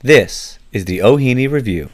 This is the Ohini Review.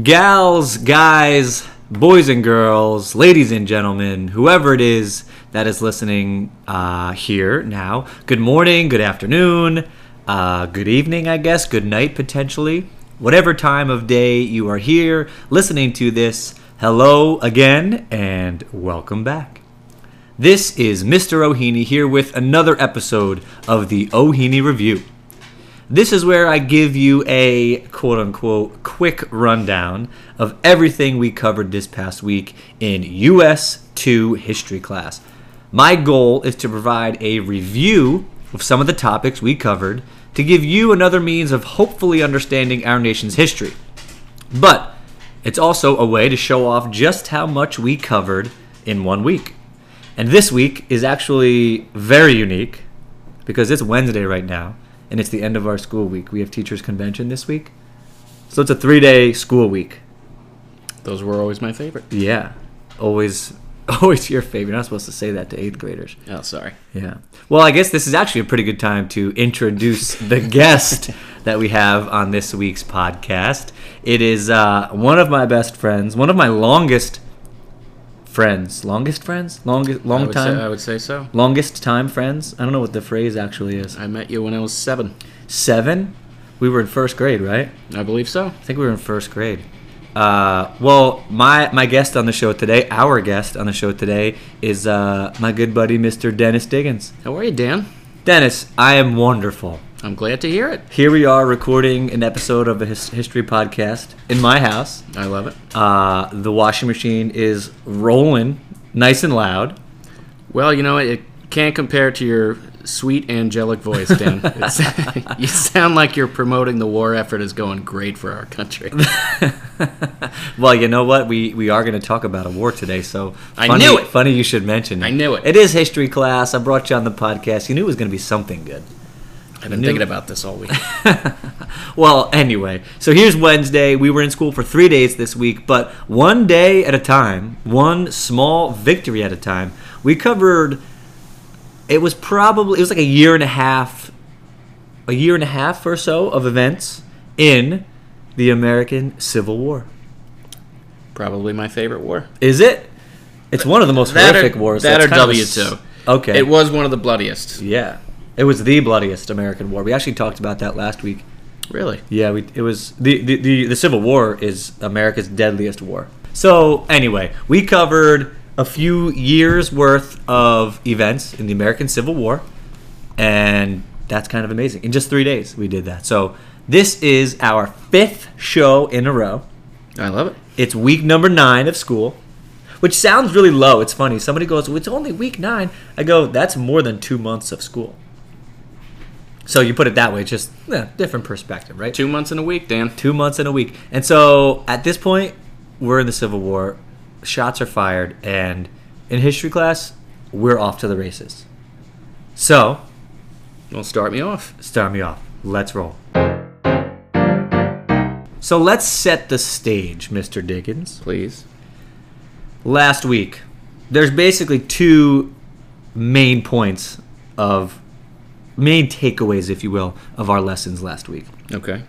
Gals, guys, boys and girls, ladies and gentlemen, whoever it is that is listening uh, here now, good morning, good afternoon, uh, good evening, I guess, good night potentially. Whatever time of day you are here listening to this, hello again and welcome back. This is Mr. Ohini here with another episode of the Ohini Review. This is where I give you a quote unquote quick rundown of everything we covered this past week in US 2 history class. My goal is to provide a review of some of the topics we covered to give you another means of hopefully understanding our nation's history. But it's also a way to show off just how much we covered in one week. And this week is actually very unique because it's Wednesday right now and it's the end of our school week. We have teachers' convention this week. So it's a three day school week. Those were always my favorite. Yeah. Always always your favorite. You're not supposed to say that to eighth graders. Oh, sorry. Yeah. Well, I guess this is actually a pretty good time to introduce the guest that we have on this week's podcast. It is uh, one of my best friends, one of my longest friends, longest friends, longest I long would, say, time, I would say so. longest time friends. I don't know what the phrase actually is. I met you when I was seven. Seven. We were in first grade, right? I believe so. I think we were in first grade. Uh, well, my my guest on the show today, our guest on the show today, is uh, my good buddy Mr. Dennis Diggins. How are you, Dan? Dennis, I am wonderful. I'm glad to hear it. Here we are recording an episode of a his- history podcast in my house. I love it. Uh, the washing machine is rolling nice and loud. Well, you know, it can't compare to your sweet angelic voice, Dan. It's, you sound like you're promoting the war effort is going great for our country. Well, you know what? We we are going to talk about a war today, so I funny- knew it! Funny you should mention it. I knew it. It is history class. I brought you on the podcast. You knew it was going to be something good. I've been Knew- thinking about this all week. Well, anyway, so here's Wednesday. We were in school for three days this week, but one day at a time, one small victory at a time, we covered. It was probably it was like a year and a half, a year and a half or so of events in the American Civil War. Probably my favorite war. Is it? It's one of the most That or- horrific wars. that That's or kind of a W s- two. Okay. It was one of the bloodiest. yeah. It was the bloodiest American war. We actually talked about that last week. Really? Yeah, we, it was the, the the the Civil War is America's deadliest war. So anyway, we covered a few years worth of events in the American Civil War, and that's kind of amazing. In just three days, we did that. So this is our fifth show in a row. I love it. It's week number nine of school, which sounds really low. It's funny. Somebody goes, well, "It's only week nine. I go, "That's more than two months of school." So you put it that way, it's just yeah, different perspective, right? Two months in a week, Dan. two months and a week. And so at this point, we're in the Civil War. Shots are fired, and in history class, we're off to the races. So, Don't start me off. start me off. Let's roll. So let's set the stage, Mr. Dickens. Please. Last week, there's basically two main points of main takeaways, if you will, of our lessons last week. Okay.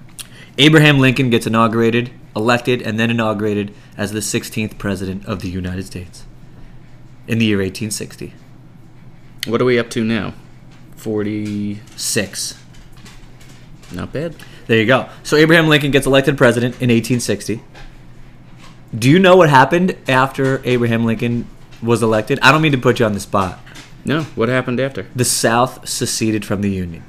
Abraham Lincoln gets inaugurated, elected, and then inaugurated as the 16th president of the United States in the year 1860. What are we up to now? 40. Six. Not bad. There you go. So Abraham Lincoln gets elected president in 1860. Do you know what happened after Abraham Lincoln was elected? I don't mean to put you on the spot. No, what happened after? The South seceded from the Union.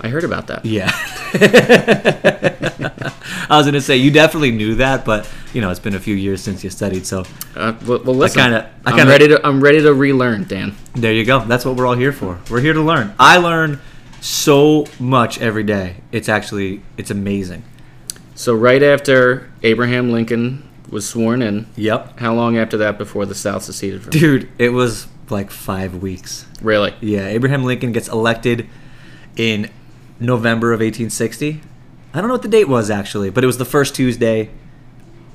I heard about that. Yeah. I was going to say, you definitely knew that, but, you know, it's been a few years since you studied, so Uh, well, well, listen. kinda- I I'm kinda- ready to. I'm ready to relearn, Dan. There you go. That's what we're all here for. We're here to learn. I learn so much every day. It's actually it's amazing. So right after Abraham Lincoln was sworn in, Yep. how long after that before the South seceded from? Dude, it was like five weeks. Really? Yeah, Abraham Lincoln gets elected in November of 1860. I don't know what the date was actually, but it was the first Tuesday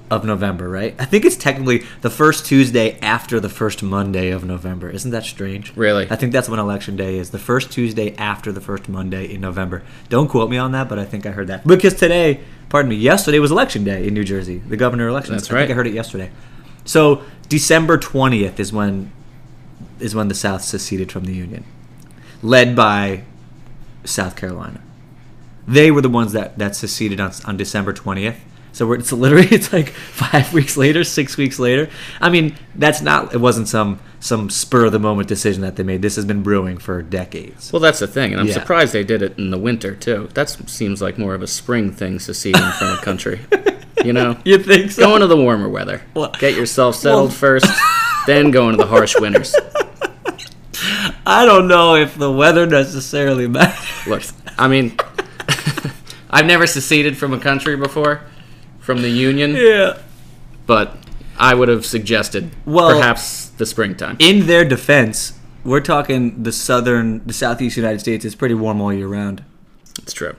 of November, right? I think it's technically the first Tuesday after the first Monday of November. Isn't that strange? Really? I think that's when election day is. The first Tuesday after the first Monday in November. Don't quote me on that, but I think I heard that. Because today, pardon me, yesterday was election day in New Jersey, the governor election. That's I think right. I heard it yesterday. So, December 20th is when is when the South seceded from the Union, led by South Carolina. They were the ones that, that seceded on, on December 20th. So we're, it's literally it's like five weeks later, six weeks later. I mean, that's not it wasn't some some spur of the moment decision that they made. This has been brewing for decades. Well, that's the thing, and I'm Yeah. surprised they did it in the winter too. That seems like more of a spring thing seceding from a country. You know, You think so? go into the warmer weather. Well- Get yourself settled well- first, then go into the harsh winters. I don't know if the weather necessarily matters. Look, I mean, I've never seceded from a country before, from the Union, Yeah. but I would have suggested Well- perhaps the springtime. in their defense, we're talking the southern, the southeast United States is pretty warm all year round. It's true.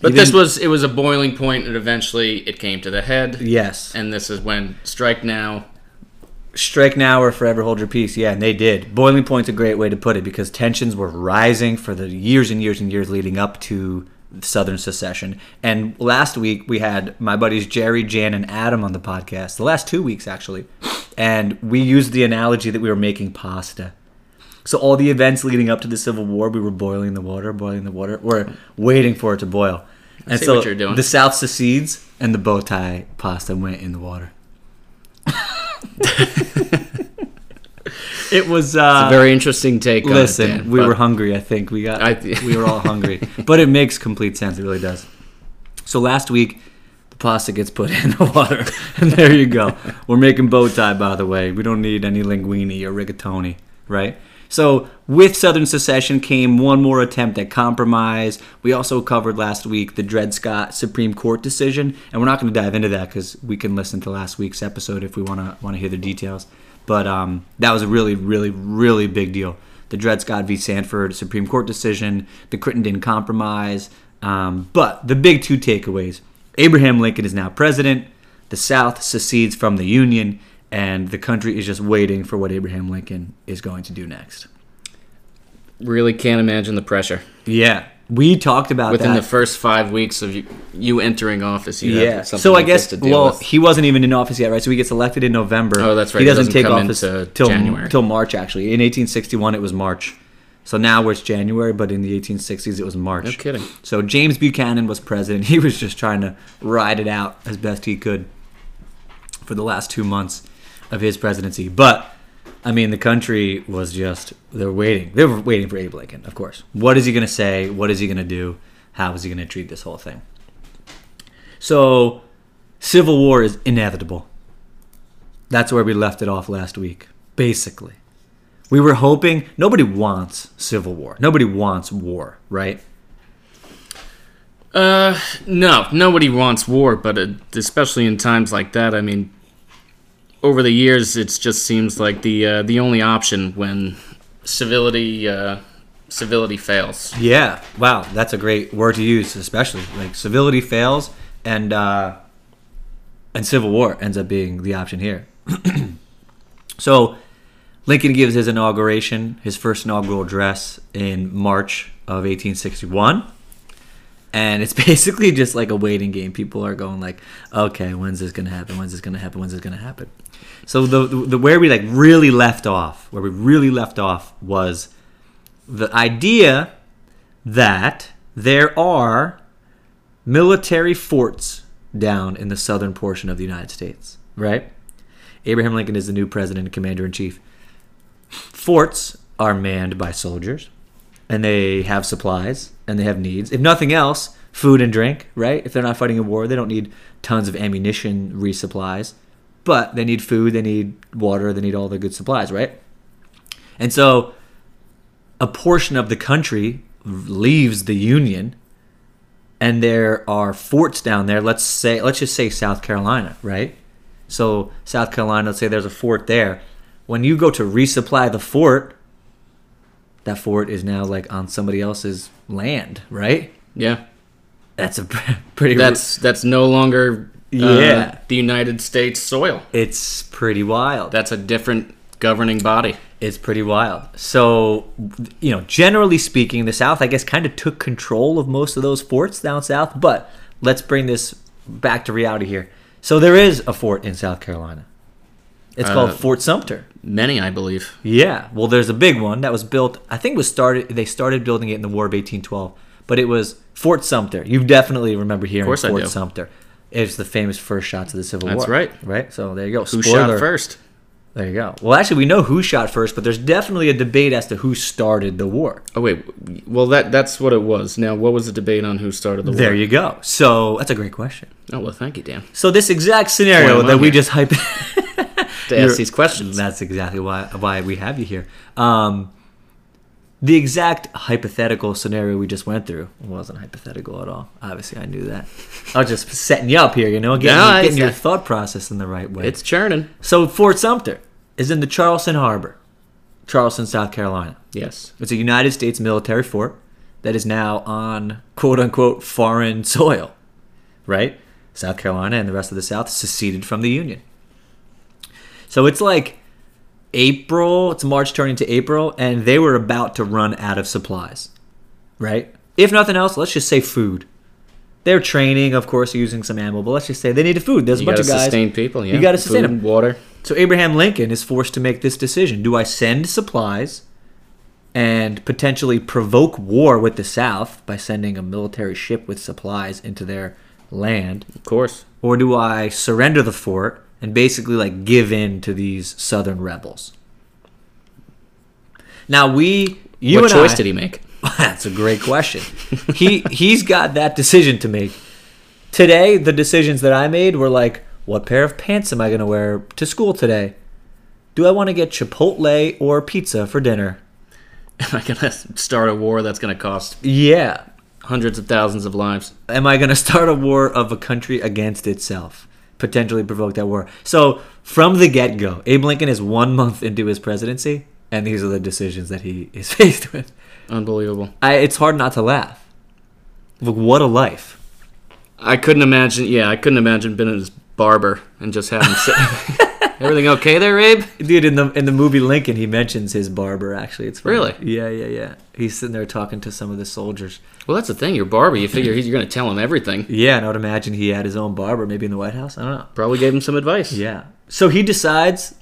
But Even- this was it was a boiling point, and eventually it came to the head. Yes. And And this is when strike now. strike now or forever hold your peace. Yeah, and they did. Boiling point's a great way to put it because tensions were rising for the years and years and years leading up to southern secession. And last week we had my buddies Jerry, Jan, and Adam on the podcast. The last two weeks actually, and we used the analogy that we were making pasta. So all the events leading up to the Civil War, we were boiling the water, boiling the water. We're waiting for it to boil. And see so what you're doing. the South secedes, and the bow tie pasta went in the water. it was uh, Very interesting take. on it, listen. Dan, we but- were hungry. I think we got. I th- we were all hungry, but it makes complete sense. It really does. So last week, the pasta gets put in the water, and there you go. We're making bow tie, by the way. We don't need any linguine or rigatoni, right? So with Southern secession came one more attempt at compromise. We also covered last week the Dred Scott Supreme Court decision, and we're not going to dive into that because we can listen to last week's episode if we want to want to hear the details. But um, that was a really, really, really big deal. The Dred Scott v. Sanford Supreme Court decision, the Crittenden Compromise. Um, but the big two takeaways Abraham Lincoln is now president, the South secedes from the Union, and the country is just waiting for what Abraham Lincoln is going to do next. really can't imagine the pressure Yeah. We talked about within that. the first five weeks of you, you entering office. You yeah. have something So I like this guess to deal well, with. he wasn't even in office yet, right? So he gets elected in November. Oh, that's right. He He doesn't, doesn't take come office into till January. till March actually. In 1861 it was March. So now it's January, but in the 1860s it was March. No kidding. So James Buchanan was president. He was just trying to ride it out as best he could for the last 2 months of his presidency. But I mean, the country was just they're waiting. They were waiting for Abe Lincoln, of course. What is he going to say? What is he going to do? How is he going to treat this whole thing? So, civil war is inevitable. That's where we left it off last week, basically. We were hoping nobody wants civil war. Nobody wants war, right? Uh, no, nobody wants war, but uh especially in times like that, I mean, over the years, it just seems like the uh, the only option when civility uh, civility fails. Yeah. Wow, that's a great word to use, especially like civility fails and uh, and civil war ends up being the option here. so Lincoln gives his inauguration, his first inaugural address in March of 1861. And it's basically just like a waiting game. People are going like, "Okay, when's this gonna happen? When's this gonna happen? When's this gonna happen?" So the, the, the where we like really left off, where we really left off was the idea that there are military forts down in the southern portion of the United States, right? Abraham Lincoln is the new president and commander in chief. Forts are manned by soldiers and they have supplies and they have needs. If nothing else, food and drink, right? If they're not fighting a war, they don't need tons of ammunition resupplies, but they need food, they need water, they need all the good supplies, right? And so a portion of the country leaves the Union and there are forts down there. Let's say, let's just say South Carolina, right? So South Carolina, let's say there's a fort there. When you go to resupply the fort, that fort is now like on somebody else's land, right? Yeah. That's a pre- pretty. That's that's no longer uh, Yeah. the United States soil. it's pretty wild. That's a different governing body. It's pretty wild. So, you know, generally speaking, the South, I guess, kind of took control of most of those forts down south. But let's bring this back to reality here. So there is a fort in South Carolina. It's Uh, called Fort Sumter. Many, I believe. Yeah. Well, there's a big one that was built. I think was started. They started building it in the War of 1812, but it was Fort Sumter. You definitely remember hearing course I Fort do. Sumter. It's the famous first shots of the Civil That's War. right. Right. So there you go. Who Spoiler. shot first? There you go. Well, actually, we know who shot first, but there's definitely a debate as to who started the war. Oh wait, well that that's what it was. Now, what was the debate on who started the war? There you go. So that's a great question. Oh well, thank you, Dan, So this exact scenario am I that we here? just hyped. to You're- ask these questions. That's exactly why why we have you here. Um, the exact hypothetical scenario we just went through wasn't hypothetical at all. Obviously, I knew that. I was just setting you up here, you know, getting, No, you- it's getting your not- thought process in the right way. It's churning. so Fort Sumter is in the Charleston Harbor, Charleston, South Carolina. Yes. It's a United States military fort that is now on quote unquote foreign soil, right? South Carolina and the rest of the South seceded from the Union. So it's like April, it's March turning to April, and they were about to run out of supplies, right? If nothing else, let's just say food. They're training, of course, using some ammo, but let's just say they needed food. There's a You bunch gotta of guys. sustain people. Yeah. You gotta sustain Food, 'em. Water. So Abraham Lincoln is forced to make this decision. Do I send supplies and potentially provoke war with the South by sending a military ship with supplies into their land? Of course. Or do I surrender the fort and basically like give in to these Southern rebels? Now we you what and choice I, did he make? that's a great question. he he's got that decision to make. Today, the decisions that I made were like, what pair of pants am I going to wear to school today? Do I want to get Chipotle or pizza for dinner? Am I gonna start a war that's gonna cost Yeah. hundreds of thousands of lives? Am I going to start a war of a country against itself? Potentially provoke that war. So, from the get go, Abe Lincoln is one month into his presidency, and these are the decisions that he is faced with. Unbelievable. I, it's hard not to laugh. Look, what a life. I couldn't imagine. Yeah, I couldn't imagine being his barber and just having se- everything okay there, Abe. Dude, in the in the movie Lincoln, he mentions his barber. Actually, it's funny. Really? yeah, yeah, yeah. He's sitting there talking to some of the soldiers. Well, that's the thing. Your barber. You figure he's, you're gonna tell him everything. Yeah, and I would imagine he had his own barber, maybe in the White House. I don't know. Probably gave him some advice. Yeah. So he decides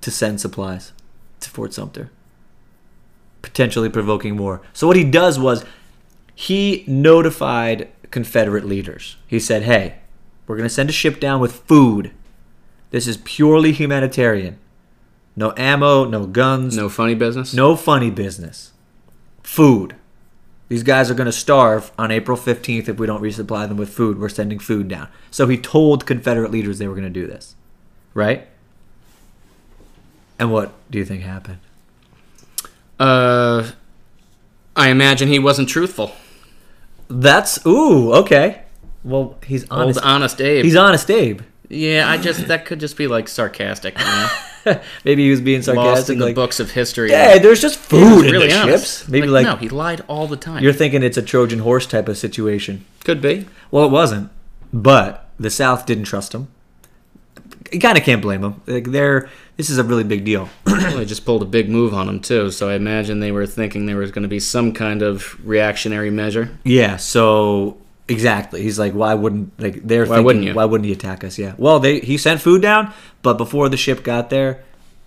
to send supplies to Fort Sumter, potentially provoking war. So what he does was he notified Confederate leaders. He said, "Hey, we're going to send a ship down with food. This is purely humanitarian. No ammo, no guns, No funny business. No funny business. Food. These guys are going to starve on April 15th if we don't resupply them with food. We're sending food down. So he told Confederate leaders they were going to do this. Right? And what do you think happened? Uh, I imagine he wasn't truthful. That's ooh, okay. Well, he's honest. Old honest Abe. He's honest Abe. yeah, I just that could just be like sarcastic, you know? Maybe he was being lost sarcastic in the like, books of history. "Yeah, there's just He was food in really the honest. ships." Maybe like, no, he lied all the time. you're thinking it's a Trojan horse type of situation. could be. Well, it wasn't, but the South didn't trust him. You kind of can't blame them. Like they're this is a really big deal. Well, they just pulled a big move on him too, so I imagine they were thinking there was going to be some kind of reactionary measure. yeah. So exactly, he's like, why wouldn't like they're why wouldn't you? why wouldn't he attack us? Yeah. Well, they he sent food down, but before the ship got there,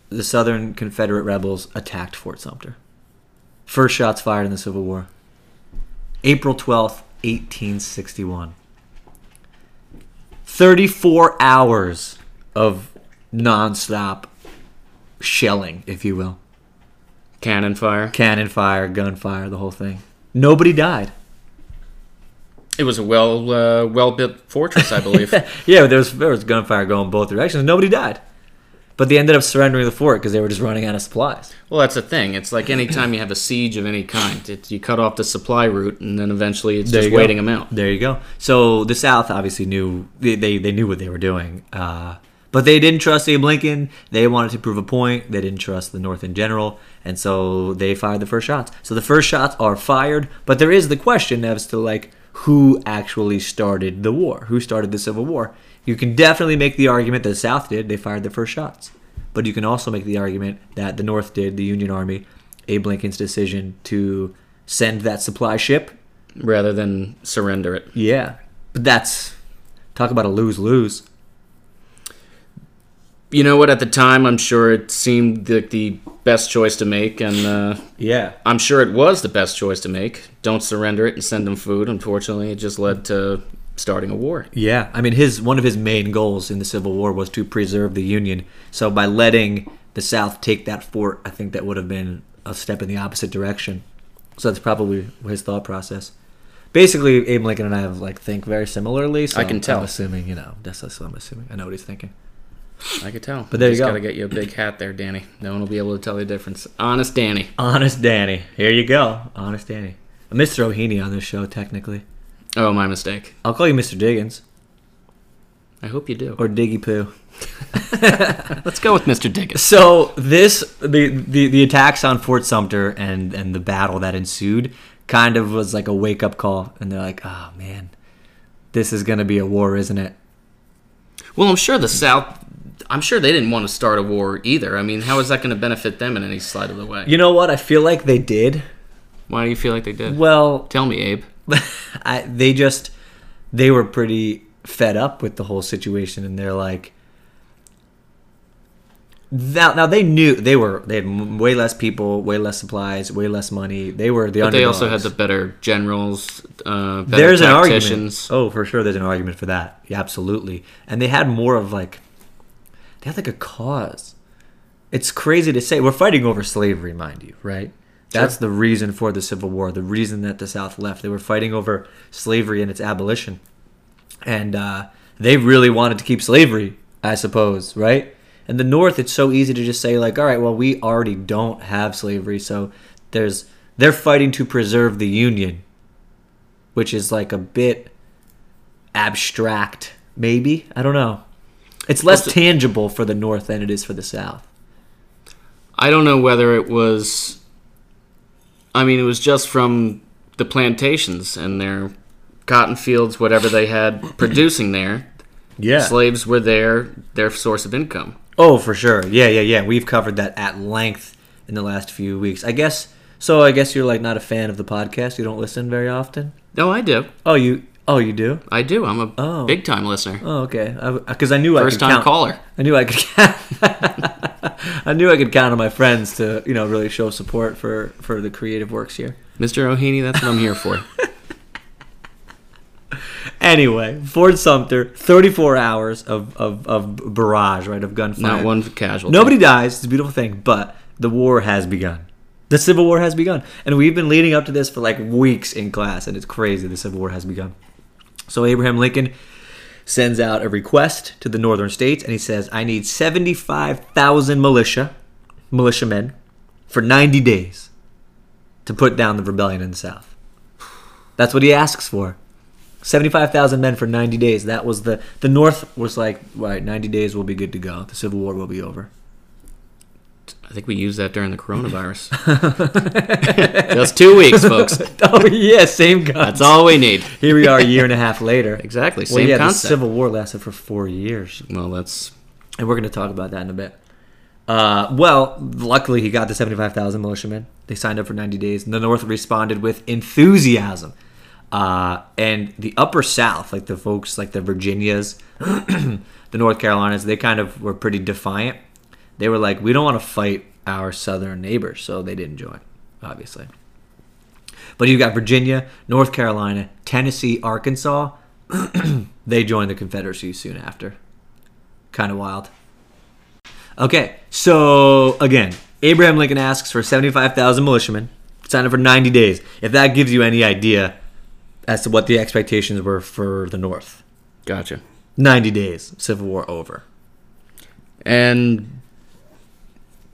the Southern Confederate rebels attacked Fort Sumter. First shots fired in the Civil War. April twelfth, eighteen sixty one. 34 hours of nonstop shelling, if you will. Cannon fire. Cannon fire, gunfire, the whole thing. Nobody died. It was a well uh, well built fortress, I believe. yeah, there was, there was gunfire going both directions. Nobody died. But they ended up surrendering the fort because they were just running out of supplies. Well, that's the thing. It's like any time you have a siege of any kind, it, you cut off the supply route, and then eventually it's just you go. waiting them out. There you go. So the South obviously knew they, they, they knew what they were doing, uh, But they didn't trust Abe Lincoln. They wanted to prove a point. They didn't trust the North in general. And so they fired the first shots. So the first shots are fired. But there is the question as to, like, who actually started the war? Who started the Civil War? You can definitely make the argument that the South did. They fired the first shots. But you can also make the argument that the North did, the Union Army, Abe Lincoln's decision to send that supply ship. rather than surrender it. Yeah. But that's. Talk about a lose lose. You know what? At the time, I'm sure it seemed like the best choice to make, and uh, Yeah. I'm sure it was the best choice to make. Don't surrender it and send them food. Unfortunately, it just led to starting a war. Yeah, I mean, his one of his main goals in the Civil War was to preserve the Union. So by letting the South take that fort, I think that would have been a step in the opposite direction. So that's probably his thought process. Basically, Abe Lincoln and I have like think very similarly. So I can tell. I'm assuming, you know, that's, that's what I'm assuming. I know what he's thinking. I could tell. But there you just go. Gotta get you a big hat there, Danny. No one will be able to tell the difference. Honest, Danny. Honest Danny, here you go. Honest Danny. I missed Rohini on this show technically. Oh, my mistake. I'll call you Mr. Diggins I hope you do. or Diggy Poo. Let's go with Mr. Diggus. So this the, the the attacks on Fort Sumter and and the battle that ensued kind of was like a wake up call, and they're like, oh man, this is gonna be a war, isn't it? Well, I'm sure the South. I'm sure they didn't want to start a war either. I mean, how is that going to benefit them in any side of the way? You know what? I feel like they did. Why do you feel like they did? Well, Tell me, Abe. I, they just they were pretty fed up with the whole situation, and they're like. Now, now they knew they were they had m- way less people, way less supplies, way less money. They were the But they also had underdogs. the better generals, uh, better there's an argument. tacticians. Oh, for sure, there's an argument for that. Yeah, absolutely. And they had more of like, they had like a cause. It's crazy to say we're fighting over slavery, mind you, right? That's the reason for the Civil War. The reason that the South left, they were fighting over slavery and its abolition, and uh, they really wanted to keep slavery, I suppose, right? And the North, it's so easy to just say like, all right, well, we already don't have slavery, so there's they're fighting to preserve the Union, which is like a bit abstract, maybe. I don't know. It's less tangible for the North than it is for the South. I don't know whether it was. I mean, it was just from the plantations and their cotton fields, whatever they had producing there. Yeah. Slaves were their their source of income. oh, for sure. Yeah, yeah, yeah. We've covered that at length in the last few weeks. I guess so I guess you're like not a fan of the podcast. You don't listen very often. No, I do. Oh, you Oh, you do? I do. I'm a Oh. big time listener. Oh, okay. I, Cuz I knew I could First time count. caller. I knew I could I knew I could count on my friends to, you know, really show support for for the creative works here. Mr. O'Haney, that's what I'm here for. Anyway, Fort Sumter, 34 hours of, of, of barrage, right, of gunfire. Not one casualty. Nobody dies. It's a beautiful thing, but the war has begun. The Civil War has begun. And we've been leading up to this for like weeks in class, and it's crazy. The Civil War has begun. So Abraham Lincoln sends out a request to the northern states, and he says, I need 75,000 militia, militiamen, for 90 days to put down the rebellion in the South. That's what he asks for. 75,000 men for 90 days. That was the the North was like, right, 90 days will be good to go. The Civil War will be over. I think we used that during the coronavirus. Just two weeks, folks. oh yeah, same guns. That's all we need. Here we are a year and a half later. Exactly. Well, Same yeah, the concept. Civil War lasted for 4 years, well, that's and we're going to talk about that in a bit. Uh, well, luckily he got the 75,000 militiamen. They signed up for 90 days, and the North responded with enthusiasm. Uh, and the upper South, like the folks like the Virginias, the North Carolinas, they kind of were pretty defiant. They were like, we don't want to fight our southern neighbors, so they didn't join, obviously. But you've got Virginia, North Carolina, Tennessee, Arkansas. they joined the Confederacy soon after. Kind of wild. Okay, so again, Abraham Lincoln asks for 75,000 militiamen, signed up for 90 days. If that gives you any idea as to what the expectations were for the North. gotcha. 90 days, Civil War over. And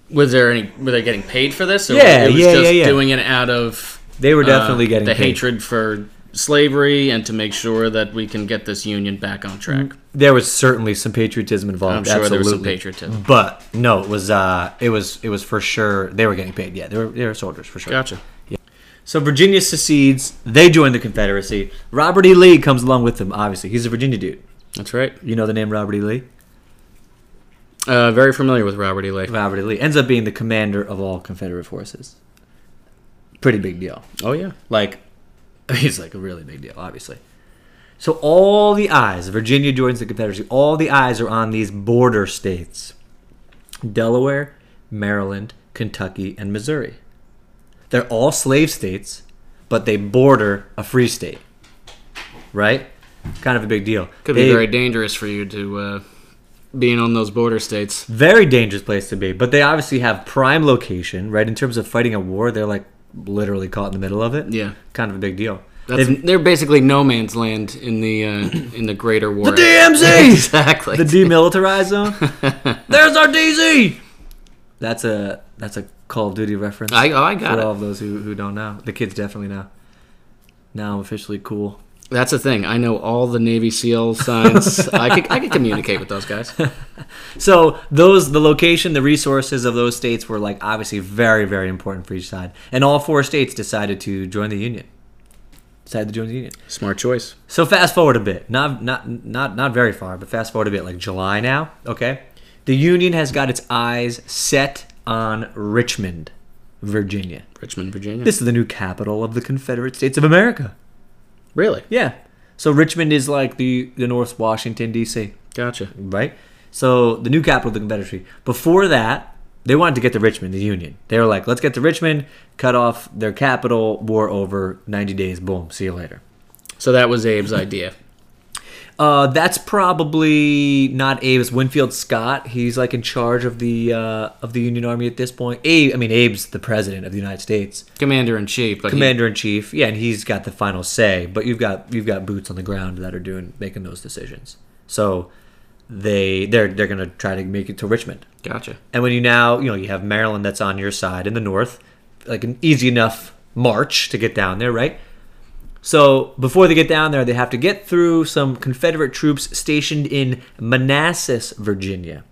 was there any? Were they getting paid for this? Or Yeah, it was yeah, just yeah, yeah. Doing it out of They were uh, definitely getting the paid. hatred for slavery and to make sure that we can get this union back on track. there was certainly some patriotism involved. I'm sure absolutely. there was some patriotism. But no, it was uh, it was it was for sure they were getting paid. Yeah, they were they were soldiers for sure. Gotcha. So Virginia secedes. They join the Confederacy. Robert E. Lee comes along with them. Obviously, he's a Virginia dude. That's right. You know the name Robert E. Lee. Uh, very familiar with Robert E. Lee. Robert E. Lee ends up being the commander of all Confederate forces. Pretty big deal. Oh yeah. Like, he's like a really big deal, obviously. So all the eyes, Virginia joins the Confederacy. All the eyes are on these border states: Delaware, Maryland, Kentucky, and Missouri. They're all slave states, but they border a free state. Right? Kind of a big deal. Could They- be very dangerous for you to uh, being on those border states. very dangerous place to be. But they obviously have prime location, right? In terms of fighting a war, they're like literally caught in the middle of it. Yeah. kind of a big deal. That's, They've- they're basically no man's land in the uh, in the greater war. The DMZ! exactly. the demilitarized zone. There's our DZ. That's a that's a Call of Duty reference. I, oh, I for got all it. of those who, who don't know, the kids definitely know. Now I'm officially cool. That's the thing. I know all the Navy SEAL signs. I could I could communicate with those guys. So those the location, the resources of those states were like obviously very very important for each side, and all four states decided to join the union. Decided to join the union. Smart choice. So fast forward a bit, not not not not very far, but fast forward a bit, like July now. Okay, the union has got its eyes set on Richmond, Virginia. Richmond, Virginia. This is the new capital of the Confederate States of America. really? Yeah, so Richmond is like the the North Washington D.C. Gotcha. Right. So the new capital of the Confederacy. Before that, they wanted to get to Richmond, the Union. They were like, let's get to Richmond, cut off their capital, war over, ninety days, boom, see you later. So that was Abe's idea. Uh, that's probably not Abe's. Winfield Scott. He's like in charge of the uh, of the Union Army at this point. Abe, I mean Abe's the president of the United States, Commander in chief, but he- commander in chief. Yeah, and he's got the final say. But you've got you've got boots on the ground that are doing making those decisions. So they they're they're gonna try to make it to Richmond. gotcha. And when you now, you know, you have Maryland that's on your side in the north, like an easy enough march to get down there, right? So before they get down there, they have to get through some Confederate troops stationed in Manassas, Virginia.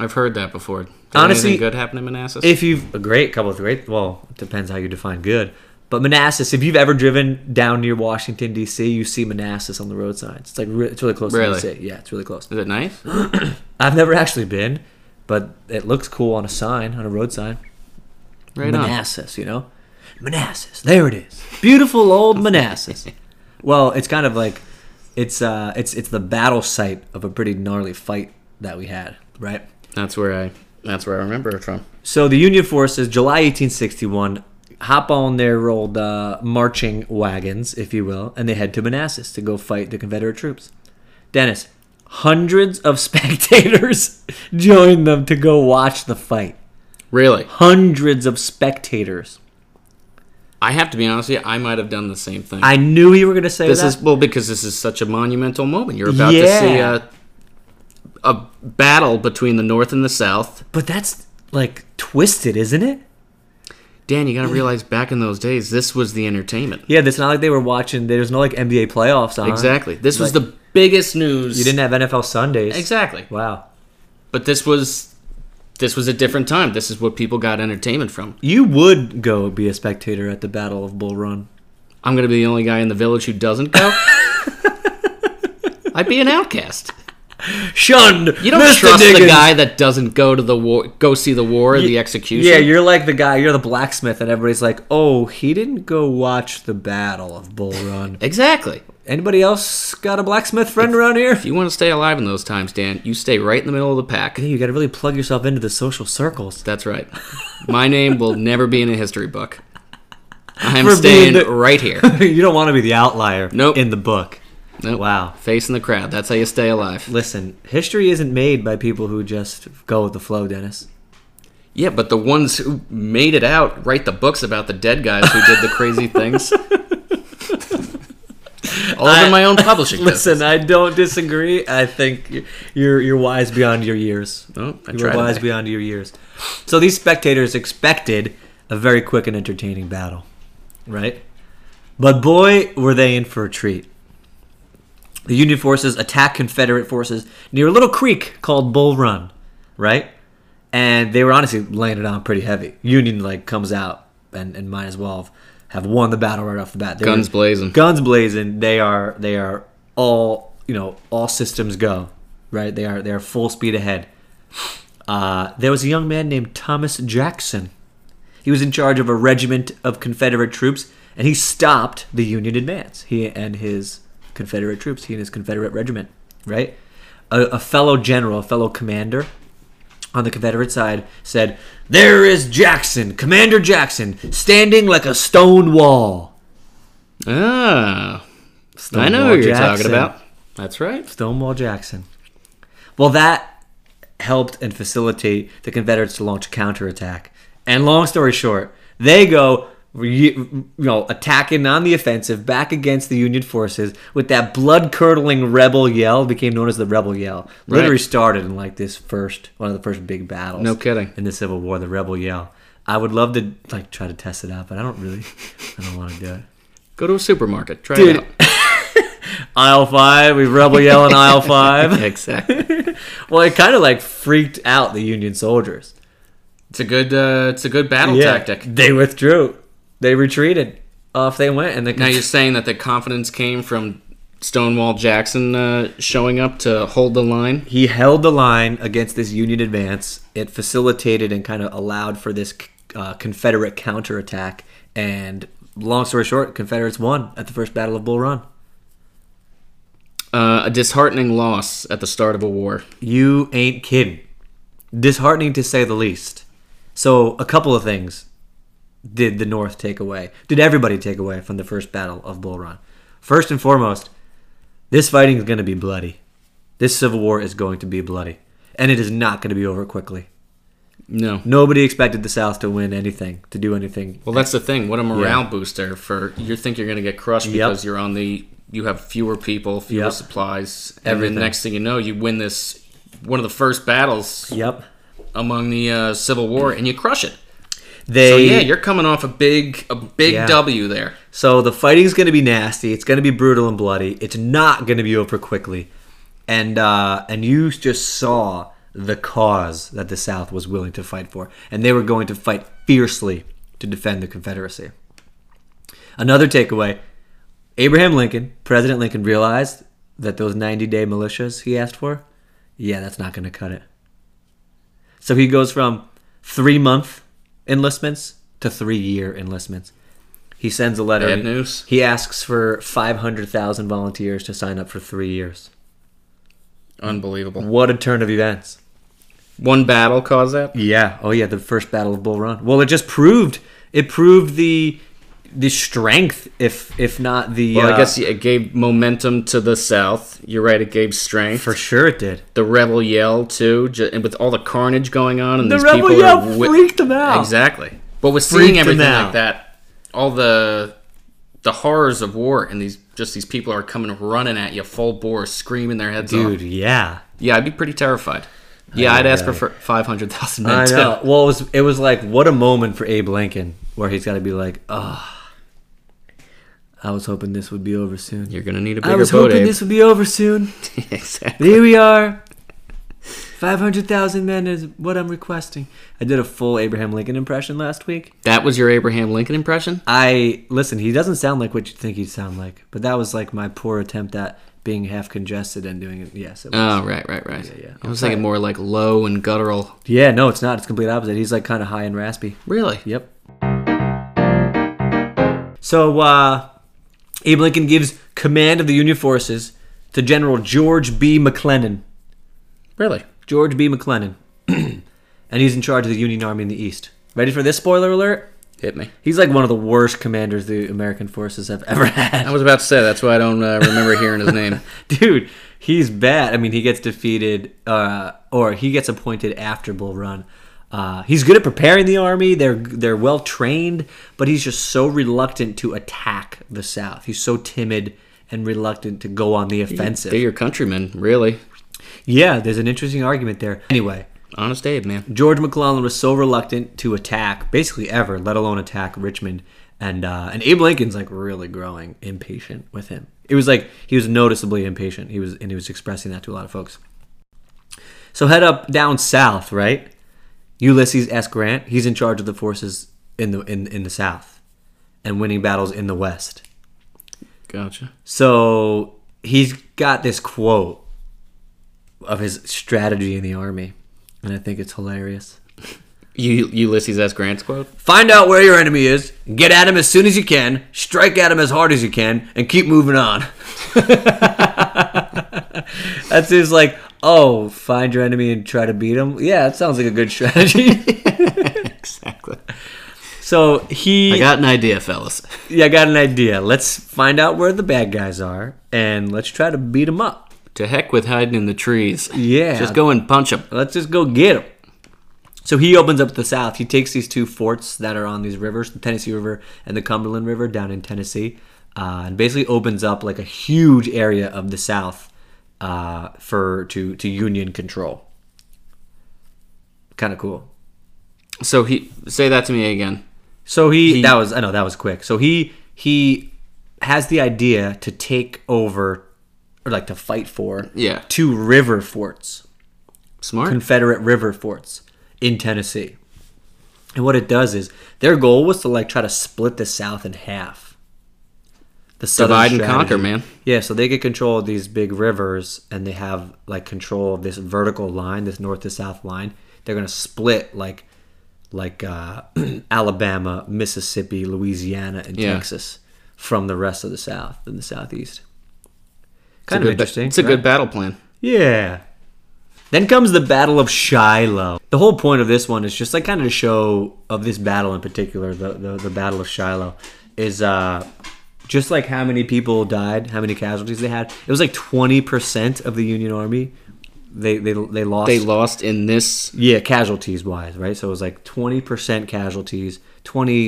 I've heard that before. Did Honestly- anything good happen in Manassas? If you've a great couple of great, well, it depends how you define good. But Manassas, if you've ever driven down near Washington D.C., you see Manassas on the road signs. It's like re- it's really close Really? to D.C. Yeah, it's really close. Is it nice? I've never actually been, but it looks cool on a sign, on a road sign. Right on. Manassas, you know? Manassas. There it is. Beautiful old Manassas. well, it's kind of like it's uh it's it's the battle site of a pretty gnarly fight that we had, right? That's where I. That's where I remember it from. So the Union forces, July 1861, hop on their old uh, marching wagons, if you will, and they head to Manassas to go fight the Confederate troops. Dennis, hundreds of spectators join them to go watch the fight. Really? Hundreds of spectators. I have to be honest with you. I might have done the same thing. I knew you were going to say this that. is well because this is such a monumental moment. You're about to see Yeah. a, a battle between the North and the South. But that's like twisted, isn't it? Dan, you got to realize back in those days, this was the entertainment. Yeah, it's not like they were watching. There's no like NBA playoffs on. Exactly. This was Like- the biggest news. You didn't have NFL Sundays. exactly. Wow. But this was this was a different time. This is what people got entertainment from. You would go be a spectator at the Battle of Bull Run. I'm gonna be the only guy in the village who doesn't go. I'd be an outcast. Shunned. You don't trust the guy that doesn't go to the war, go see the war, and the execution. Yeah, you're like the guy. You're the blacksmith, and everybody's like, "Oh, he didn't go watch the Battle of Bull Run." exactly. Anybody else got a blacksmith friend around here? If you want to stay alive in those times, Dan, you stay right in the middle of the pack. Yeah, you got to really plug yourself into the social circles. That's right. My name will never be in a history book. I'm For being staying the- right here. you don't want to be the outlier. Nope. In the book. Nope. Wow. Facing the crowd. That's how you stay alive. Listen, history isn't made by people who just go with the flow, Dennis. Yeah, but the ones who made it out write the books about the dead guys who did the crazy things. All I- in my own publishing. business. Listen, I don't disagree. I think y- you're you're wise beyond your years. Oh, I you're tried wise that. beyond your years. So these spectators expected a very quick and entertaining battle, right? But boy, were they in for a treat. The Union forces attacked Confederate forces near a little creek called Bull Run, right? And they were honestly laying it on pretty heavy. Union like comes out and, and might as well have won the battle right off the bat. They Guns were- blazing. Guns blazing. They are they are all you know all systems go, right? They are they are full speed ahead. Uh, there was a young man named Thomas Jackson. He was in charge of a regiment of Confederate troops, and he stopped the Union advance. He and his Confederate troops, he and his Confederate regiment, right? A, a fellow general, a fellow commander on the Confederate side said, There is Jackson, Commander Jackson, standing like a stone wall. Ah, I know Stonewall who you're Jackson. talking about. That's right. Stonewall Jackson. Well, that helped and facilitate the Confederates to launch a counterattack. And long story short, they go re- you know attacking on the offensive back against the Union forces with that blood-curdling rebel yell became known as the rebel yell. Literally Right. started in like this first one of the first big battles. No kidding. In the Civil War, the rebel yell. I would love to like try to test it out, but I don't really I don't want to do it. Go to a supermarket. Try Dude. it Aisle 5, we rebel yell in aisle 5. out. exactly. Well, it kind of like freaked out the Union soldiers. It's a good. Uh, it's a good battle tactic. They withdrew. They retreated. Off they went, and the Now you're saying that the confidence came from Stonewall Jackson uh, showing up to hold the line. he held the line against this Union advance. It facilitated and kind of allowed for this uh, Confederate counterattack. And long story short, Confederates won at the first Battle of Bull Run. Uh, a disheartening loss at the start of a war. You ain't kidding. Disheartening to say the least. So, a couple of things did the North take away, did everybody take away from the first battle of Bull Run. First and foremost, this fighting is going to be bloody. This Civil War is going to be bloody. And it is not going to be over quickly. No. Nobody expected the South to win anything, to do anything. Well, that's the thing. What a morale booster for you think you're going to get crushed because you're on the you have fewer people, fewer Yep. supplies. And Everything. then next thing you know, you win this one of the first battles Yep. among the uh, Civil War, and you crush it. They, So yeah, you're coming off a big a big Yeah. W there. So the fighting's going to be nasty. It's going to be brutal and bloody. It's not going to be over quickly, and uh, and you just saw the cause that the South was willing to fight for, and they were going to fight fiercely to defend the Confederacy. Another takeaway: Abraham Lincoln, President Lincoln, realized that those 90-day militias he asked for, yeah, that's not going to cut it. So he goes from three-month enlistments to three-year enlistments. He sends a letter. Bad news. He asks for 500,000 volunteers to sign up for three years. Unbelievable. What a turn of events. One battle caused that. Yeah. Oh, yeah. The first Battle of Bull Run. Well, it just proved it proved the the strength, if if not the. Well, uh, I guess it gave momentum to the South. You're right; it gave strength. for sure it did. the rebel yell too, ju- and with all the carnage going on, and The these rebel people yell are wi- freaked them out. Exactly, but with Freaked seeing them everything out. like that, all the the horrors of war, and these just these people are coming running at you full bore, screaming their heads Dude, off. yeah. Yeah, I'd be pretty terrified. Yeah, I'd ask for for five hundred thousand men. I too. know. Well, it was it was like what a moment for Abe Lincoln, where he's got to be like, ah. I was hoping this would be over soon. You're gonna need a bigger I was boat. hoping Abe. this would be over soon. exactly. Here we are. 500,000 men is what I'm requesting. I did a full Abraham Lincoln impression last week. That was your Abraham Lincoln impression. I listen, he doesn't sound like what you think he'd sound like, but that was like my poor attempt at being half congested and doing it. Yes, it was. Oh, right, right, right. yeah. I was thinking more like low and guttural. yeah, no, it's not. It's complete opposite. He's like kind of high and raspy. Really? Yep. So, uh, Abe Lincoln gives command of the Union forces to General George B. McClellan. Really? George B. McClellan. and he's in charge of the Union Army in the East. Ready for this spoiler alert? Hit me. He's like one of the worst commanders the American forces have ever had. I was about to say that's why I don't uh, remember hearing his name. Dude, he's bad. I mean, he gets defeated, uh, or he gets appointed after Bull Run. Uh, he's good at preparing the army. They're they're well trained, but he's just so reluctant to attack the South. He's so timid and reluctant to go on the offensive. They're your countrymen, really. Yeah, there's an interesting argument there. Anyway, Honest Abe, man. George McClellan was so reluctant to attack, basically ever, let alone attack Richmond. And uh, and Abe Lincoln's like really growing impatient with him. It was like he was noticeably impatient. He was and he was expressing that to a lot of folks. So head up down south, right? Ulysses S. Grant, he's in charge of the forces in the in, in the south and winning battles in the west. Gotcha. So he's got this quote of his strategy in the army, and I think it's hilarious. U- Ulysses S. Grant's quote. Find out where your enemy is, get at him as soon as you can, strike at him as hard as you can, and keep moving on. that seems like, oh, find your enemy and try to beat him. Yeah, that sounds like a good strategy. Exactly. so he I got an idea, fellas. yeah, I got an idea. Let's find out where the bad guys are and let's try to beat them up. To heck with hiding in the trees. Yeah. Just go and punch them. Let's just go get him. So he opens up the south. He takes these two forts that are on these rivers, the Tennessee River and the Cumberland River down in Tennessee, uh, and basically opens up like a huge area of the south uh, for to to Union control. Kind of cool. So he say that to me again. So he, that was I know that was quick. So he he has the idea to take over or like to fight for Yeah. two river forts. Smart. Confederate river forts in Tennessee. And what it does is their goal was to like try to split the South in half. The Southern Divide and conquer, strategy. man. Yeah, so they get control of these big rivers and they have like control of this vertical line, this north to south line. They're gonna split like like uh, Alabama, Mississippi, Louisiana, and Yeah. Texas from the rest of the South and the Southeast. It's a Kind of good ba- interesting. It's a right? good battle plan. Yeah. Then comes the Battle of Shiloh. The whole point of this one is just like kind of to show of this battle in particular, the, the, the Battle of Shiloh, is uh, just like how many people died, how many casualties they had. It was like 20% of the Union Army. They, they, they lost. They lost in this. Yeah, casualties wise, right? So it was like 20% casualties,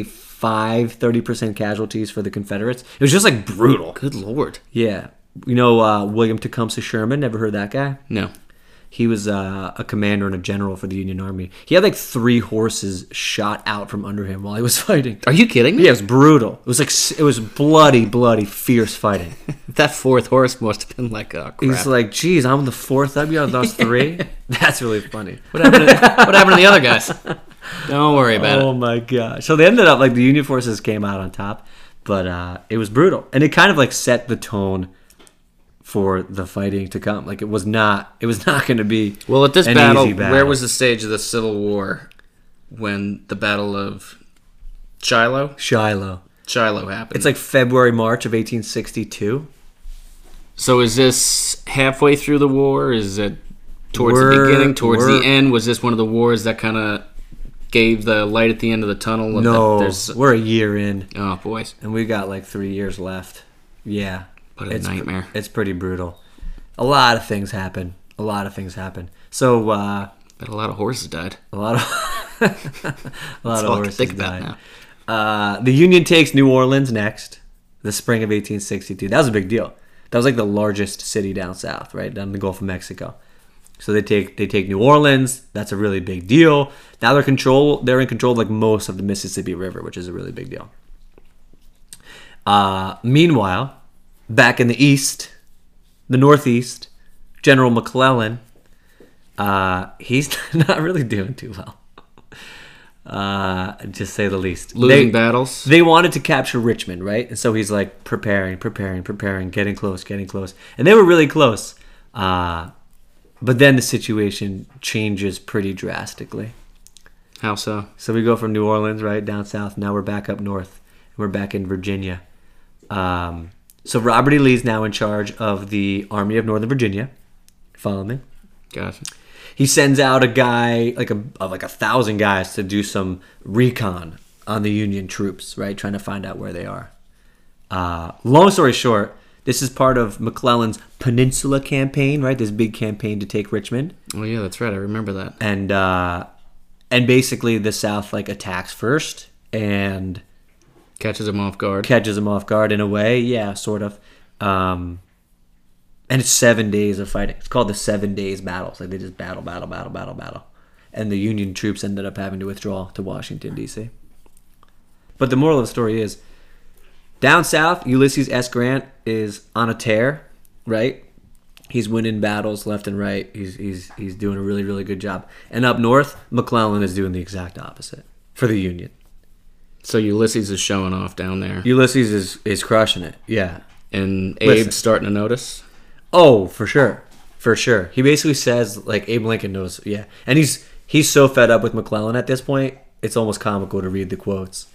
25, 30% casualties for the Confederates. It was just like brutal. Good lord. Yeah. You know, uh, William Tecumseh Sherman, never heard that guy? No. He was uh, a commander and a general for the Union Army. He had like three horses shot out from under him while he was fighting. Are you kidding me? Yeah, it was brutal. It was like s- it was bloody, bloody, fierce fighting. That fourth horse must have been like a crap. He's like, "Geez, I'm the fourth up. You are those three. That's really funny." what, happened to, what happened to the other guys? Don't worry about Oh it. my gosh! So they ended up like the Union forces came out on top, but uh, it was brutal, and it kind of like set the tone for the fighting to come. Like it was not, it was not going to be Well, at this an battle, easy where was the stage of the Civil War when the Battle of Shiloh? Shiloh? Shiloh happened. It's like February, March of 1862. so is this halfway through the war? Is it towards the We're- beginning? Towards the we're- end? Was this one of the wars that kind of gave the light at the end of the tunnel? Of No, the, there's, we're a year in, oh boys, and we got like three years left. Yeah, what a it's pr- nightmare. it's pretty brutal. A lot of things happen. A lot of things happen. So uh, But a lot of horses died. a lot of a lot That's of all I can horses think about died. now. Uh, the Union takes New Orleans next, the spring of 1862. That was a big deal. That was like the largest city down south, right down the Gulf of Mexico. So they take they take New Orleans. That's a really big deal. Now they're control they're in control of like most of the Mississippi River, which is a really big deal. Uh, meanwhile, back in the east, the northeast, General McClellan, uh, he's not really doing too well. Uh, just say the least. Losing They- battles. they wanted to capture Richmond, right? And so he's like preparing, preparing, preparing, getting close, getting close. And they were really close. Uh, but then the situation changes pretty drastically. How so? So we go from New Orleans, right, down south. Now we're back up north. And we're back in Virginia. Um, so Robert E. Lee's now in charge of the Army of Northern Virginia. Follow me Gotcha. he sends out a guy like a of like a thousand guys to do some recon on the Union troops, right? Trying to find out where they are. Uh, long story short, this is part of McClellan's Peninsula campaign, right? This big campaign to take Richmond, Oh yeah, that's right. I remember that. and uh, and basically the South like attacks first and Catches him off guard. catches them off guard in a way, yeah, sort of. Um, and it's seven days of fighting. It's called the Seven Days Battles. Like they just battle, battle, battle, battle, battle. and the Union troops ended up having to withdraw to Washington, D.C. But the moral of the story is down south, Ulysses S. Grant is on a tear, right? He's winning battles left and right. He's, he's, he's doing a really, really good job. And up north, McClellan is doing the exact opposite for the Union. So Ulysses is showing off down there, Ulysses is, is crushing it. Yeah. and Listen. Abe's starting to notice. Oh, for sure, for sure. He basically says like Abe Lincoln knows, yeah, and he's he's so fed up with McClellan at this point, it's almost comical to read the quotes.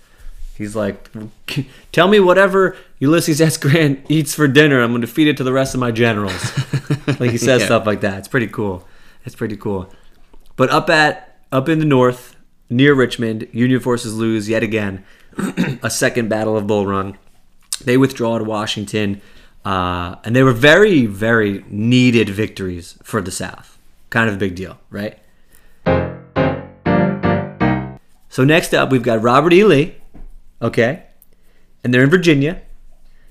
He's like, "Tell me whatever Ulysses S. Grant eats for dinner, I'm going to feed it to the rest of my generals." like he says Yeah. stuff like that. It's pretty cool. It's pretty cool. But up at up in the north, near Richmond, Union forces lose yet again a second battle of Bull Run. They withdraw to Washington, uh, and they were very, very needed victories for the South. Kind of a big deal, right? So next up, we've got Robert E. Lee, okay, and they're in Virginia,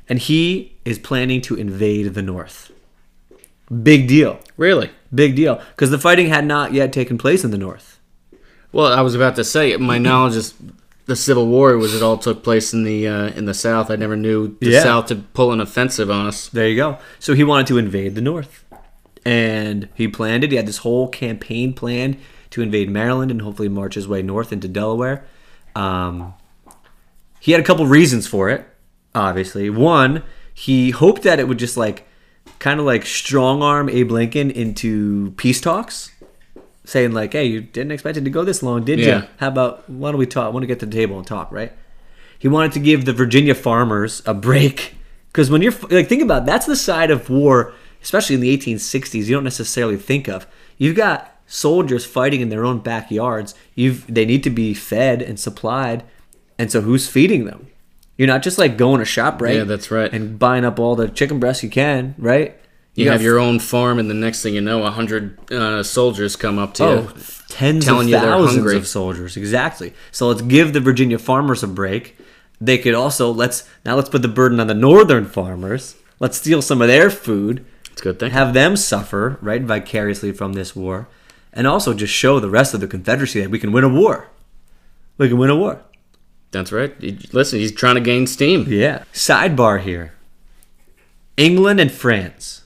and he is planning to invade the North. Big deal, Really? big deal, because the fighting had not yet taken place in the North. Well, I was about to say my knowledge is the Civil War was it all took place in the uh, in the South. I never knew the Yeah. South to pull an offensive on us. There you go. So he wanted to invade the North. And he planned it. He had this whole campaign planned to invade Maryland and hopefully march his way north into Delaware. Um, he had a couple reasons for it, obviously. One, he hoped that it would just like kind of like strong arm Abe Lincoln into peace talks, saying, like, hey, you didn't expect it to go this long, did Yeah. you? How about, why don't we talk? I want to get to the table and talk, right? He wanted to give the Virginia farmers a break because when you're like, think about it, that's the side of war, especially in the 1860s. You don't necessarily think of. You've got soldiers fighting in their own backyards. You've they need to be fed and supplied, and so who's feeding them? You're not just like going to shop, right? Yeah, that's right. And buying up all the chicken breasts you can, right? You, got have your own farm, and the next thing you know, a hundred uh, soldiers come up to Oh, you. tens Telling of you they're thousands hungry. of soldiers. Exactly. So let's give the Virginia farmers a break. They could also let's now let's put the burden on the northern farmers. Let's steal some of their food, It's a good thing. have them suffer right vicariously from this war, and also just show the rest of the Confederacy that we can win a war. We can win a war. That's right. You- Listen, he's trying to gain steam. Yeah. Sidebar here. England and France,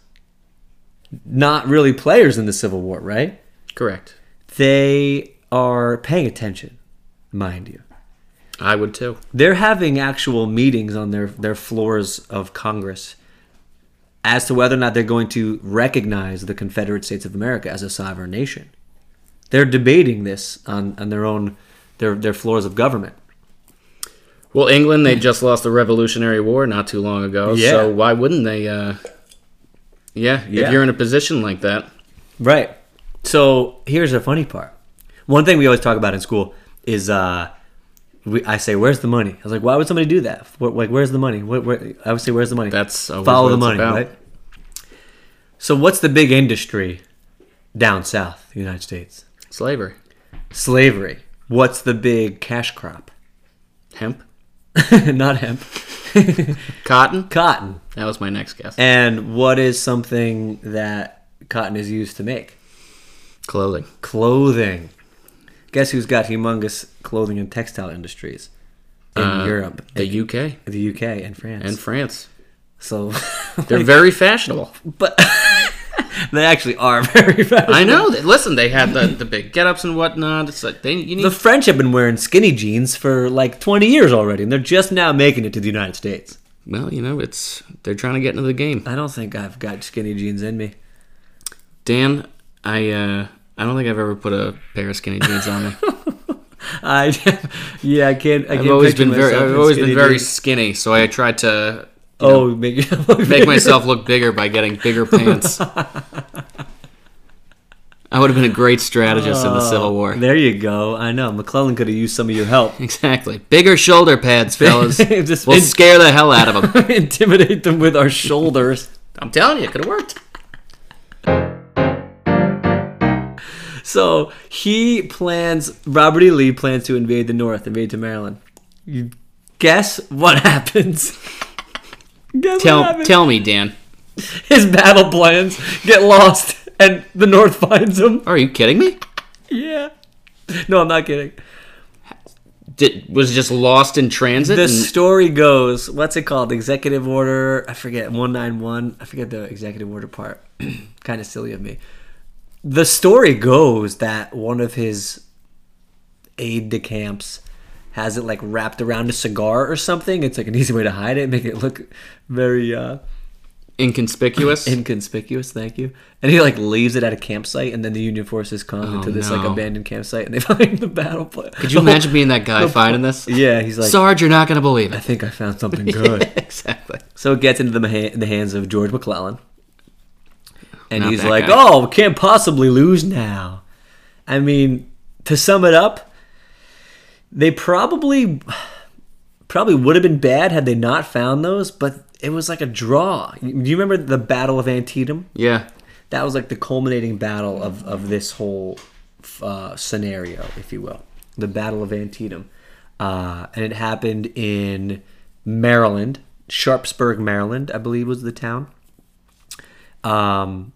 not really players in the Civil War, right? Correct. They are paying attention, mind you. I would too. they're having actual meetings on their, their floors of Congress as to whether or not they're going to recognize the Confederate States of America as a sovereign nation. They're debating this on, on their own their, their floors of government. Well, England, they just lost the Revolutionary War not too long ago. Yeah. So why wouldn't they? Uh, yeah, Yeah. if you're in a position like that, Right. So here's the funny part. One thing we always talk about in school is uh, we, I say, "Where's the money?" I was like, "Why would somebody do that? Where, like, where's the money?" Where, where, I would say, "Where's the money?" That's always follow what the money, it's about. right? So what's the big industry down south, the United States? slavery, Slavery. What's the big cash crop? hemp, Not hemp. cotton. cotton. That was my next guess. And what is something that cotton is used to make? Clothing. clothing. Guess who's got humongous clothing and textile industries in Uh, Europe, The UK and the UK, and France. and France. so, They're very fashionable. but they actually are very fashionable. I know. They- Listen, they had the, the big get-ups and whatnot. It's like they you need The French have been wearing skinny jeans for like 20 years already, and they're just now making it to the United States. Well, you know, it's they're trying to get into the game. I don't think I've got skinny jeans in me. Dan, I uh I don't think I've ever put a pair of skinny jeans on me. I, yeah, I can't. I I've can't always picture been very myself I've in always been skinny very jeans. skinny, so I tried to Oh, make, make make myself look bigger by getting bigger pants. I would have been a great strategist Oh. in the Civil War. There you go. I know McClellan could have used some of your help. Exactly. Bigger shoulder pads, fellas. Just- we'll scare the hell out of them. intimidate them with our shoulders. I'm telling you, it could have worked. So he plans, Robert E. Lee plans to invade the North, invade to Maryland. You guess what happens? Guess what Tell happens? tell me, Dan. His battle plans get lost and the North finds him. Are you kidding me? Yeah. No, I'm not kidding. Did, was just lost in transit. The and- story goes, what's it called? Executive order, I forget, 191. I forget the executive order part. kind of silly of me. The story goes that one of his aide de camps has it like wrapped around a cigar or something. It's like an easy way to hide it, make it look very uh, inconspicuous. inconspicuous. Thank you. And he like leaves it at a campsite, and then the Union forces come into this like Oh, no. abandoned campsite and they find the battle plan. Could you imagine being that guy finding this? Yeah, he's like, Sarge, you're not gonna believe I it. think I found something good. exactly. So it gets into the, ha- the hands of George McClellan. And Not he's that like, guy. oh, we can't possibly lose now. I mean, to sum it up, they probably probably would have been bad had they not found those, but it was like a draw. Do you remember the Battle of Antietam? Yeah. That was like the culminating battle of, of this whole uh, scenario, if you will. The Battle of Antietam. Uh, and it happened in Maryland, Sharpsburg, Maryland, I believe was the town. Um,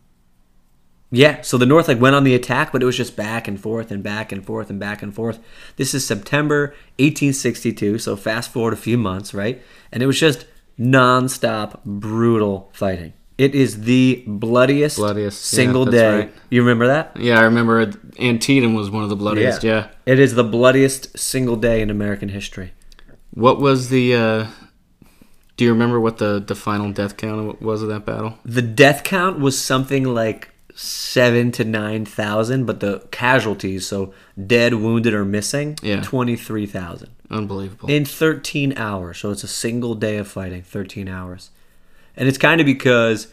yeah, so the North like went on the attack, but it was just back and forth and back and forth and back and forth. This is September 1862, so fast forward a few months, right? And it was just nonstop brutal fighting. It is the bloodiest, Bloodiest, yeah, single that's day. right. You remember that? Yeah, I remember it- Antietam was one of the bloodiest. Yeah. It is the bloodiest single day in American history. What was the? Uh, do you remember what the the final death count was of that battle? The death count was something like seven to nine thousand, but the casualties, so dead, wounded, or missing, Yeah. twenty three thousand Unbelievable. in thirteen hours. So it's a single day of fighting, thirteen hours, and it's kind of because.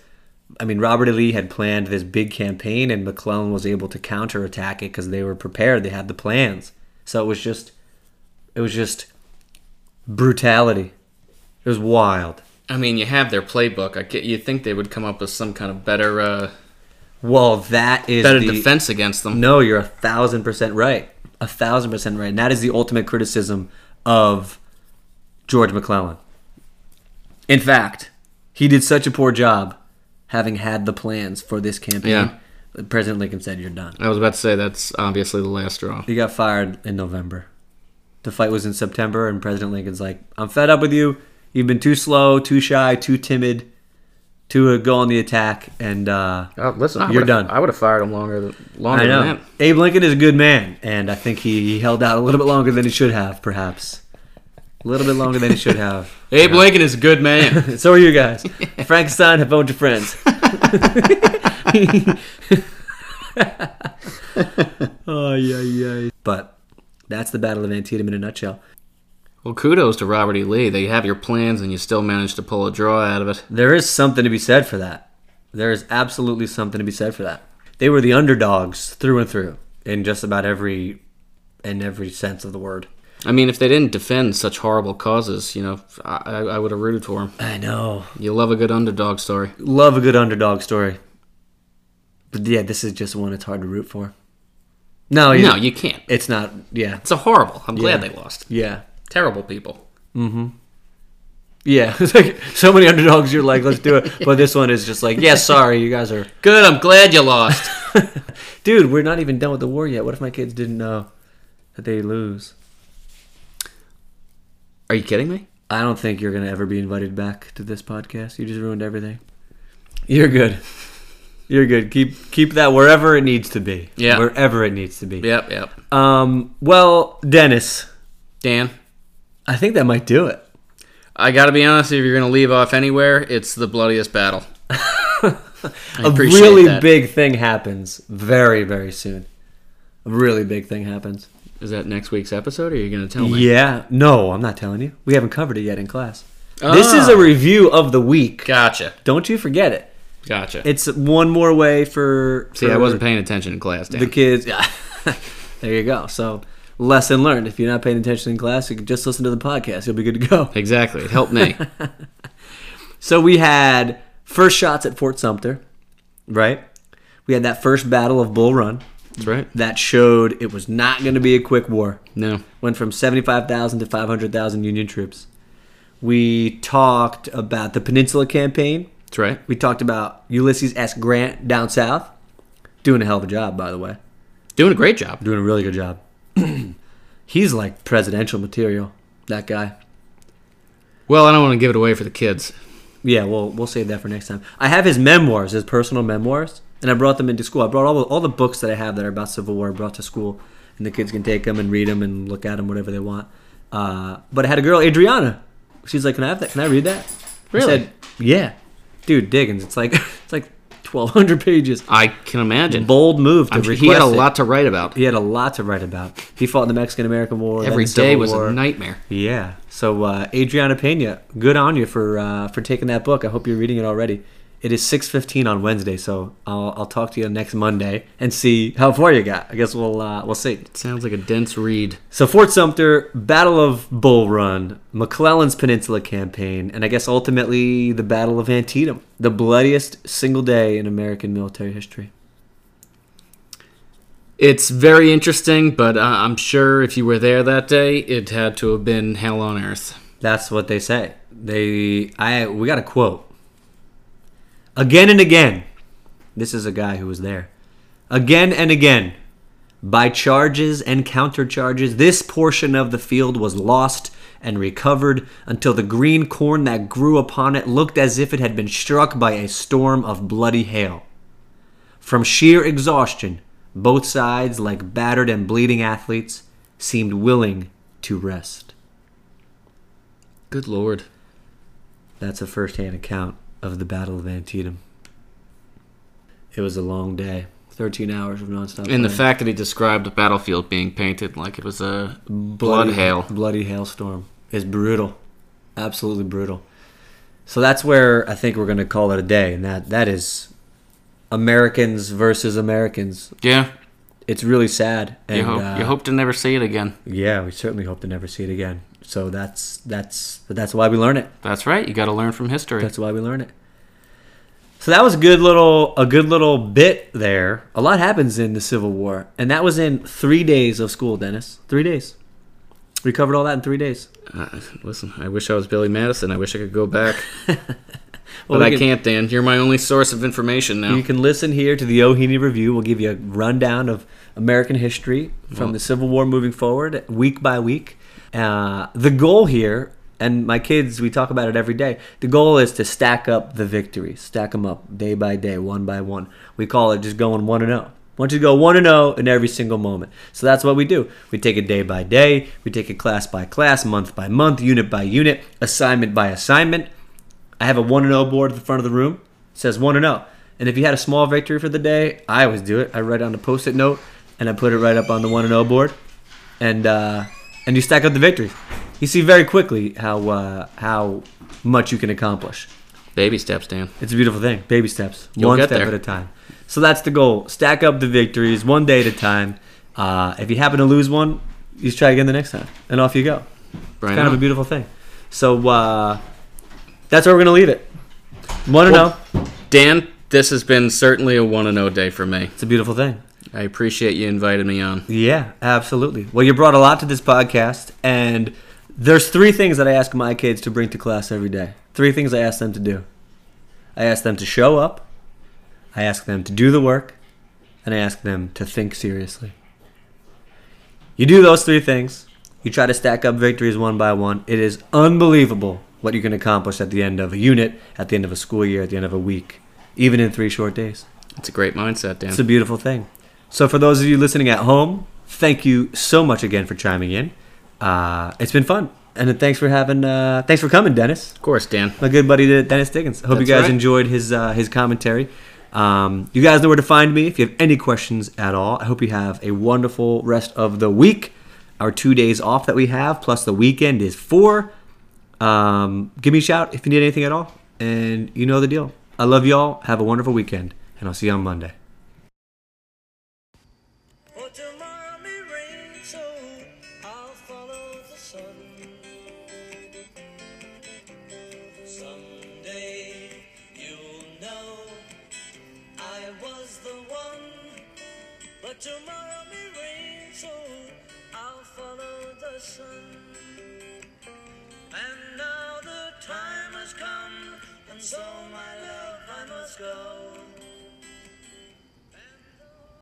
I mean, Robert E. Lee had planned this big campaign, and McClellan was able to counterattack it because they were prepared. They had the plans, so it was just, it was just brutality. It was wild. I mean, you have their playbook. I get, you think they would come up with some kind of better uh, Well, that is better the- defense against them. No, you're a thousand percent right. A thousand percent right. And that is the ultimate criticism of George McClellan. In fact, he did such a poor job having had the plans for this campaign. Yeah. that President Lincoln said, You're done. I was about to say that's obviously the last straw. He got fired in November. The fight was in September, and President Lincoln's like, I'm fed up with you. You've been too slow, too shy, too timid to uh, go on the attack. And uh, Oh, listen, You're would've- done. I would have fired him longer than longer I know. than that. Abe Lincoln is a good man, and I think he, he held out a little bit longer than he should have, perhaps. A little bit longer than he should have. Abe Lincoln is a good man. So are you guys. Frankenstein have phoned your friends. oh, yeah, yeah. But that's the Battle of Antietam in a nutshell. well, kudos to Robert E. Lee. They have your plans, and you still manage to pull a draw out of it. There is something to be said for that. There is absolutely something to be said for that. They were the underdogs through and through in just about every in every sense of the word. I mean, if they didn't defend such horrible causes, you know, I, I I would have rooted for them. I know. You love a good underdog story. love a good underdog story. But yeah, this is just one it's hard to root for. No, you No, you can't. it's not. Yeah, It's a horrible. I'm glad they lost. yeah, Terrible people. yeah. It's like so many underdogs. You're like, let's do it. But this one is just like, yeah, sorry, you guys are, Good. I'm glad you lost. dude. We're not even done with the war yet. What if my kids didn't know that they lose? Are you kidding me? I don't think you're gonna ever be invited back to this podcast. You just ruined everything. You're good. You're good. Keep keep that wherever it needs to be. Yeah. Wherever it needs to be. Yep. Yep. Um. Well, Dennis, Dan, I think that might do it. I gotta be honest. If you're gonna leave off anywhere, it's the bloodiest battle. I a appreciate really that. big thing happens very very soon a really big thing happens Is that next week's episode? Or are you gonna tell me? yeah no i'm not telling you we haven't covered it yet in class this is a Ah. review of the week Gotcha. don't you forget it Gotcha. it's one more way for See, I for wasn't paying attention in class, Dan. the kids there you go so lesson learned if you're not paying attention in class you can just listen to the podcast you'll be good to go exactly. It helped me. So we had first shots at Fort Sumter, right? We had that first battle of Bull Run. That's right. That showed it was not going to be a quick war. No. Went from 75,000 to 500,000 Union troops. We talked about the Peninsula Campaign. That's right. We talked about Ulysses S. Grant down south. Doing a hell of a job, by the way. Doing a great job. Doing a really good job. He's like presidential material. That guy. Well, I don't want to give it away for the kids. Yeah, we'll we'll save that for next time. I have his memoirs, his personal memoirs, and I brought them into school. I brought all the, all the books that I have that are about Civil War. I brought to school, and the kids can take them and read them and look at them whatever they want. Uh, but I had a girl, Adriana. She's like, "Can I have that? Can I read that?" I Really? said, "Yeah, dude, Diggins. It's like it's like twelve hundred pages. I can imagine. Bold move to I'm sure request he had a it. lot to write about. He had a lot to write about. He fought in the Mexican American War. then Every the Civil day was War. a nightmare. Yeah. So uh, Adriana Pena, good on you for uh, for taking that book. I hope you're reading it already. It is six fifteen on Wednesday, so I'll, I'll talk to you next Monday and see how far you got. I guess we'll uh, we'll see. Sounds like a dense read. So Fort Sumter, Battle of Bull Run, McClellan's Peninsula Campaign, and I guess ultimately the Battle of Antietam, the bloodiest single day in American military history. It's very interesting, but uh, I'm sure if you were there that day, it had to have been hell on earth. That's what they say. They I we got a quote. Again and again. This is a guy who was there. Again and again. By charges and countercharges, this portion of the field was lost and recovered until the green corn that grew upon it looked as if it had been struck by a storm of bloody hail. From sheer exhaustion, both sides, like battered and bleeding athletes, seemed willing to rest. Good lord. That's a first-hand account of the Battle of Antietam. It was a long day, 13 hours of nonstop. And the rain. fact that he described the battlefield being painted like it was a blood hail. bloody hailstorm is brutal, absolutely brutal. So that's where I think we're going to call it a day, and that that is Americans versus Americans. Yeah, It's really sad. And, you hope uh, you hope to never see it again. Yeah, we certainly hope to never see it again. So that's that's but that's why we learn it. That's right. You got to learn from history. That's why we learn it. So that was a good little a good little bit there. A lot happens in the Civil War, and that was in three days of school, Dennis. Three days. We covered all that in three days. Uh, listen, I wish I was Billy Madison. I wish I could go back, Well, but we I can- can't. Dan, you're my only source of information now. You can listen here to the Ohini Review. We'll give you a rundown of American history from the Civil War moving forward, week by week. Uh, the goal here, and my kids, we talk about it every day. The goal is to stack up the victories, stack them up day by day, one by one. We call it just going one and zero. Want you to go one and zero in every single moment. So that's what we do. We take it day by day. We take it class by class, month by month, unit by unit, assignment by assignment. I have a 1 0 board at the front of the room. It says 1 0. And if you had a small victory for the day, I always do it. I write on a post it note and I put it right up on the 1 0 board. And, uh, and you stack up the victories. You see very quickly how, uh, how much you can accomplish. Baby steps, Dan. It's a beautiful thing. Baby steps, You'll one get step there. at a time. So that's the goal. Stack up the victories one day at a time. Uh, if you happen to lose one, you just try again the next time. And off you go Right kind on. of a beautiful thing. So uh, that's where we're gonna leave it. One and Well- zero. Dan, this has been certainly a one and zero day for me. It's a beautiful thing. I appreciate you inviting me on. Yeah, absolutely. Well, you brought a lot to this podcast, and there's three things that I ask my kids to bring to class every day. Three things I ask them to do. I ask them to show up. I ask them to do the work, and I ask them to think seriously. You do those three things. You try to stack up victories one by one. It is unbelievable what you can accomplish at the end of a unit, at the end of a school year, at the end of a week, even in three short days. It's a great mindset, Dan. It's a beautiful thing. So, for those of you listening at home, thank you so much again for chiming in. Uh, it's been fun, and thanks for having, uh, thanks for coming, Dennis. of course, Dan. My good buddy uh, Dennis Dickens. Hope you That's guys right. enjoyed his uh, his commentary. Um, you guys know where to find me if you have any questions at all. I hope you have a wonderful rest of the week. Our two days off that we have, plus the weekend, is four. Um, give me a shout if you need anything at all, and you know the deal. I love y'all. Have a wonderful weekend, and I'll see you on Monday. Oh, tomorrow may rain, so I'll follow the sun. Someday you'll know I was the one. But tomorrow may rain, so I'll follow the sun. And now the time has come, and so, my love, I must go.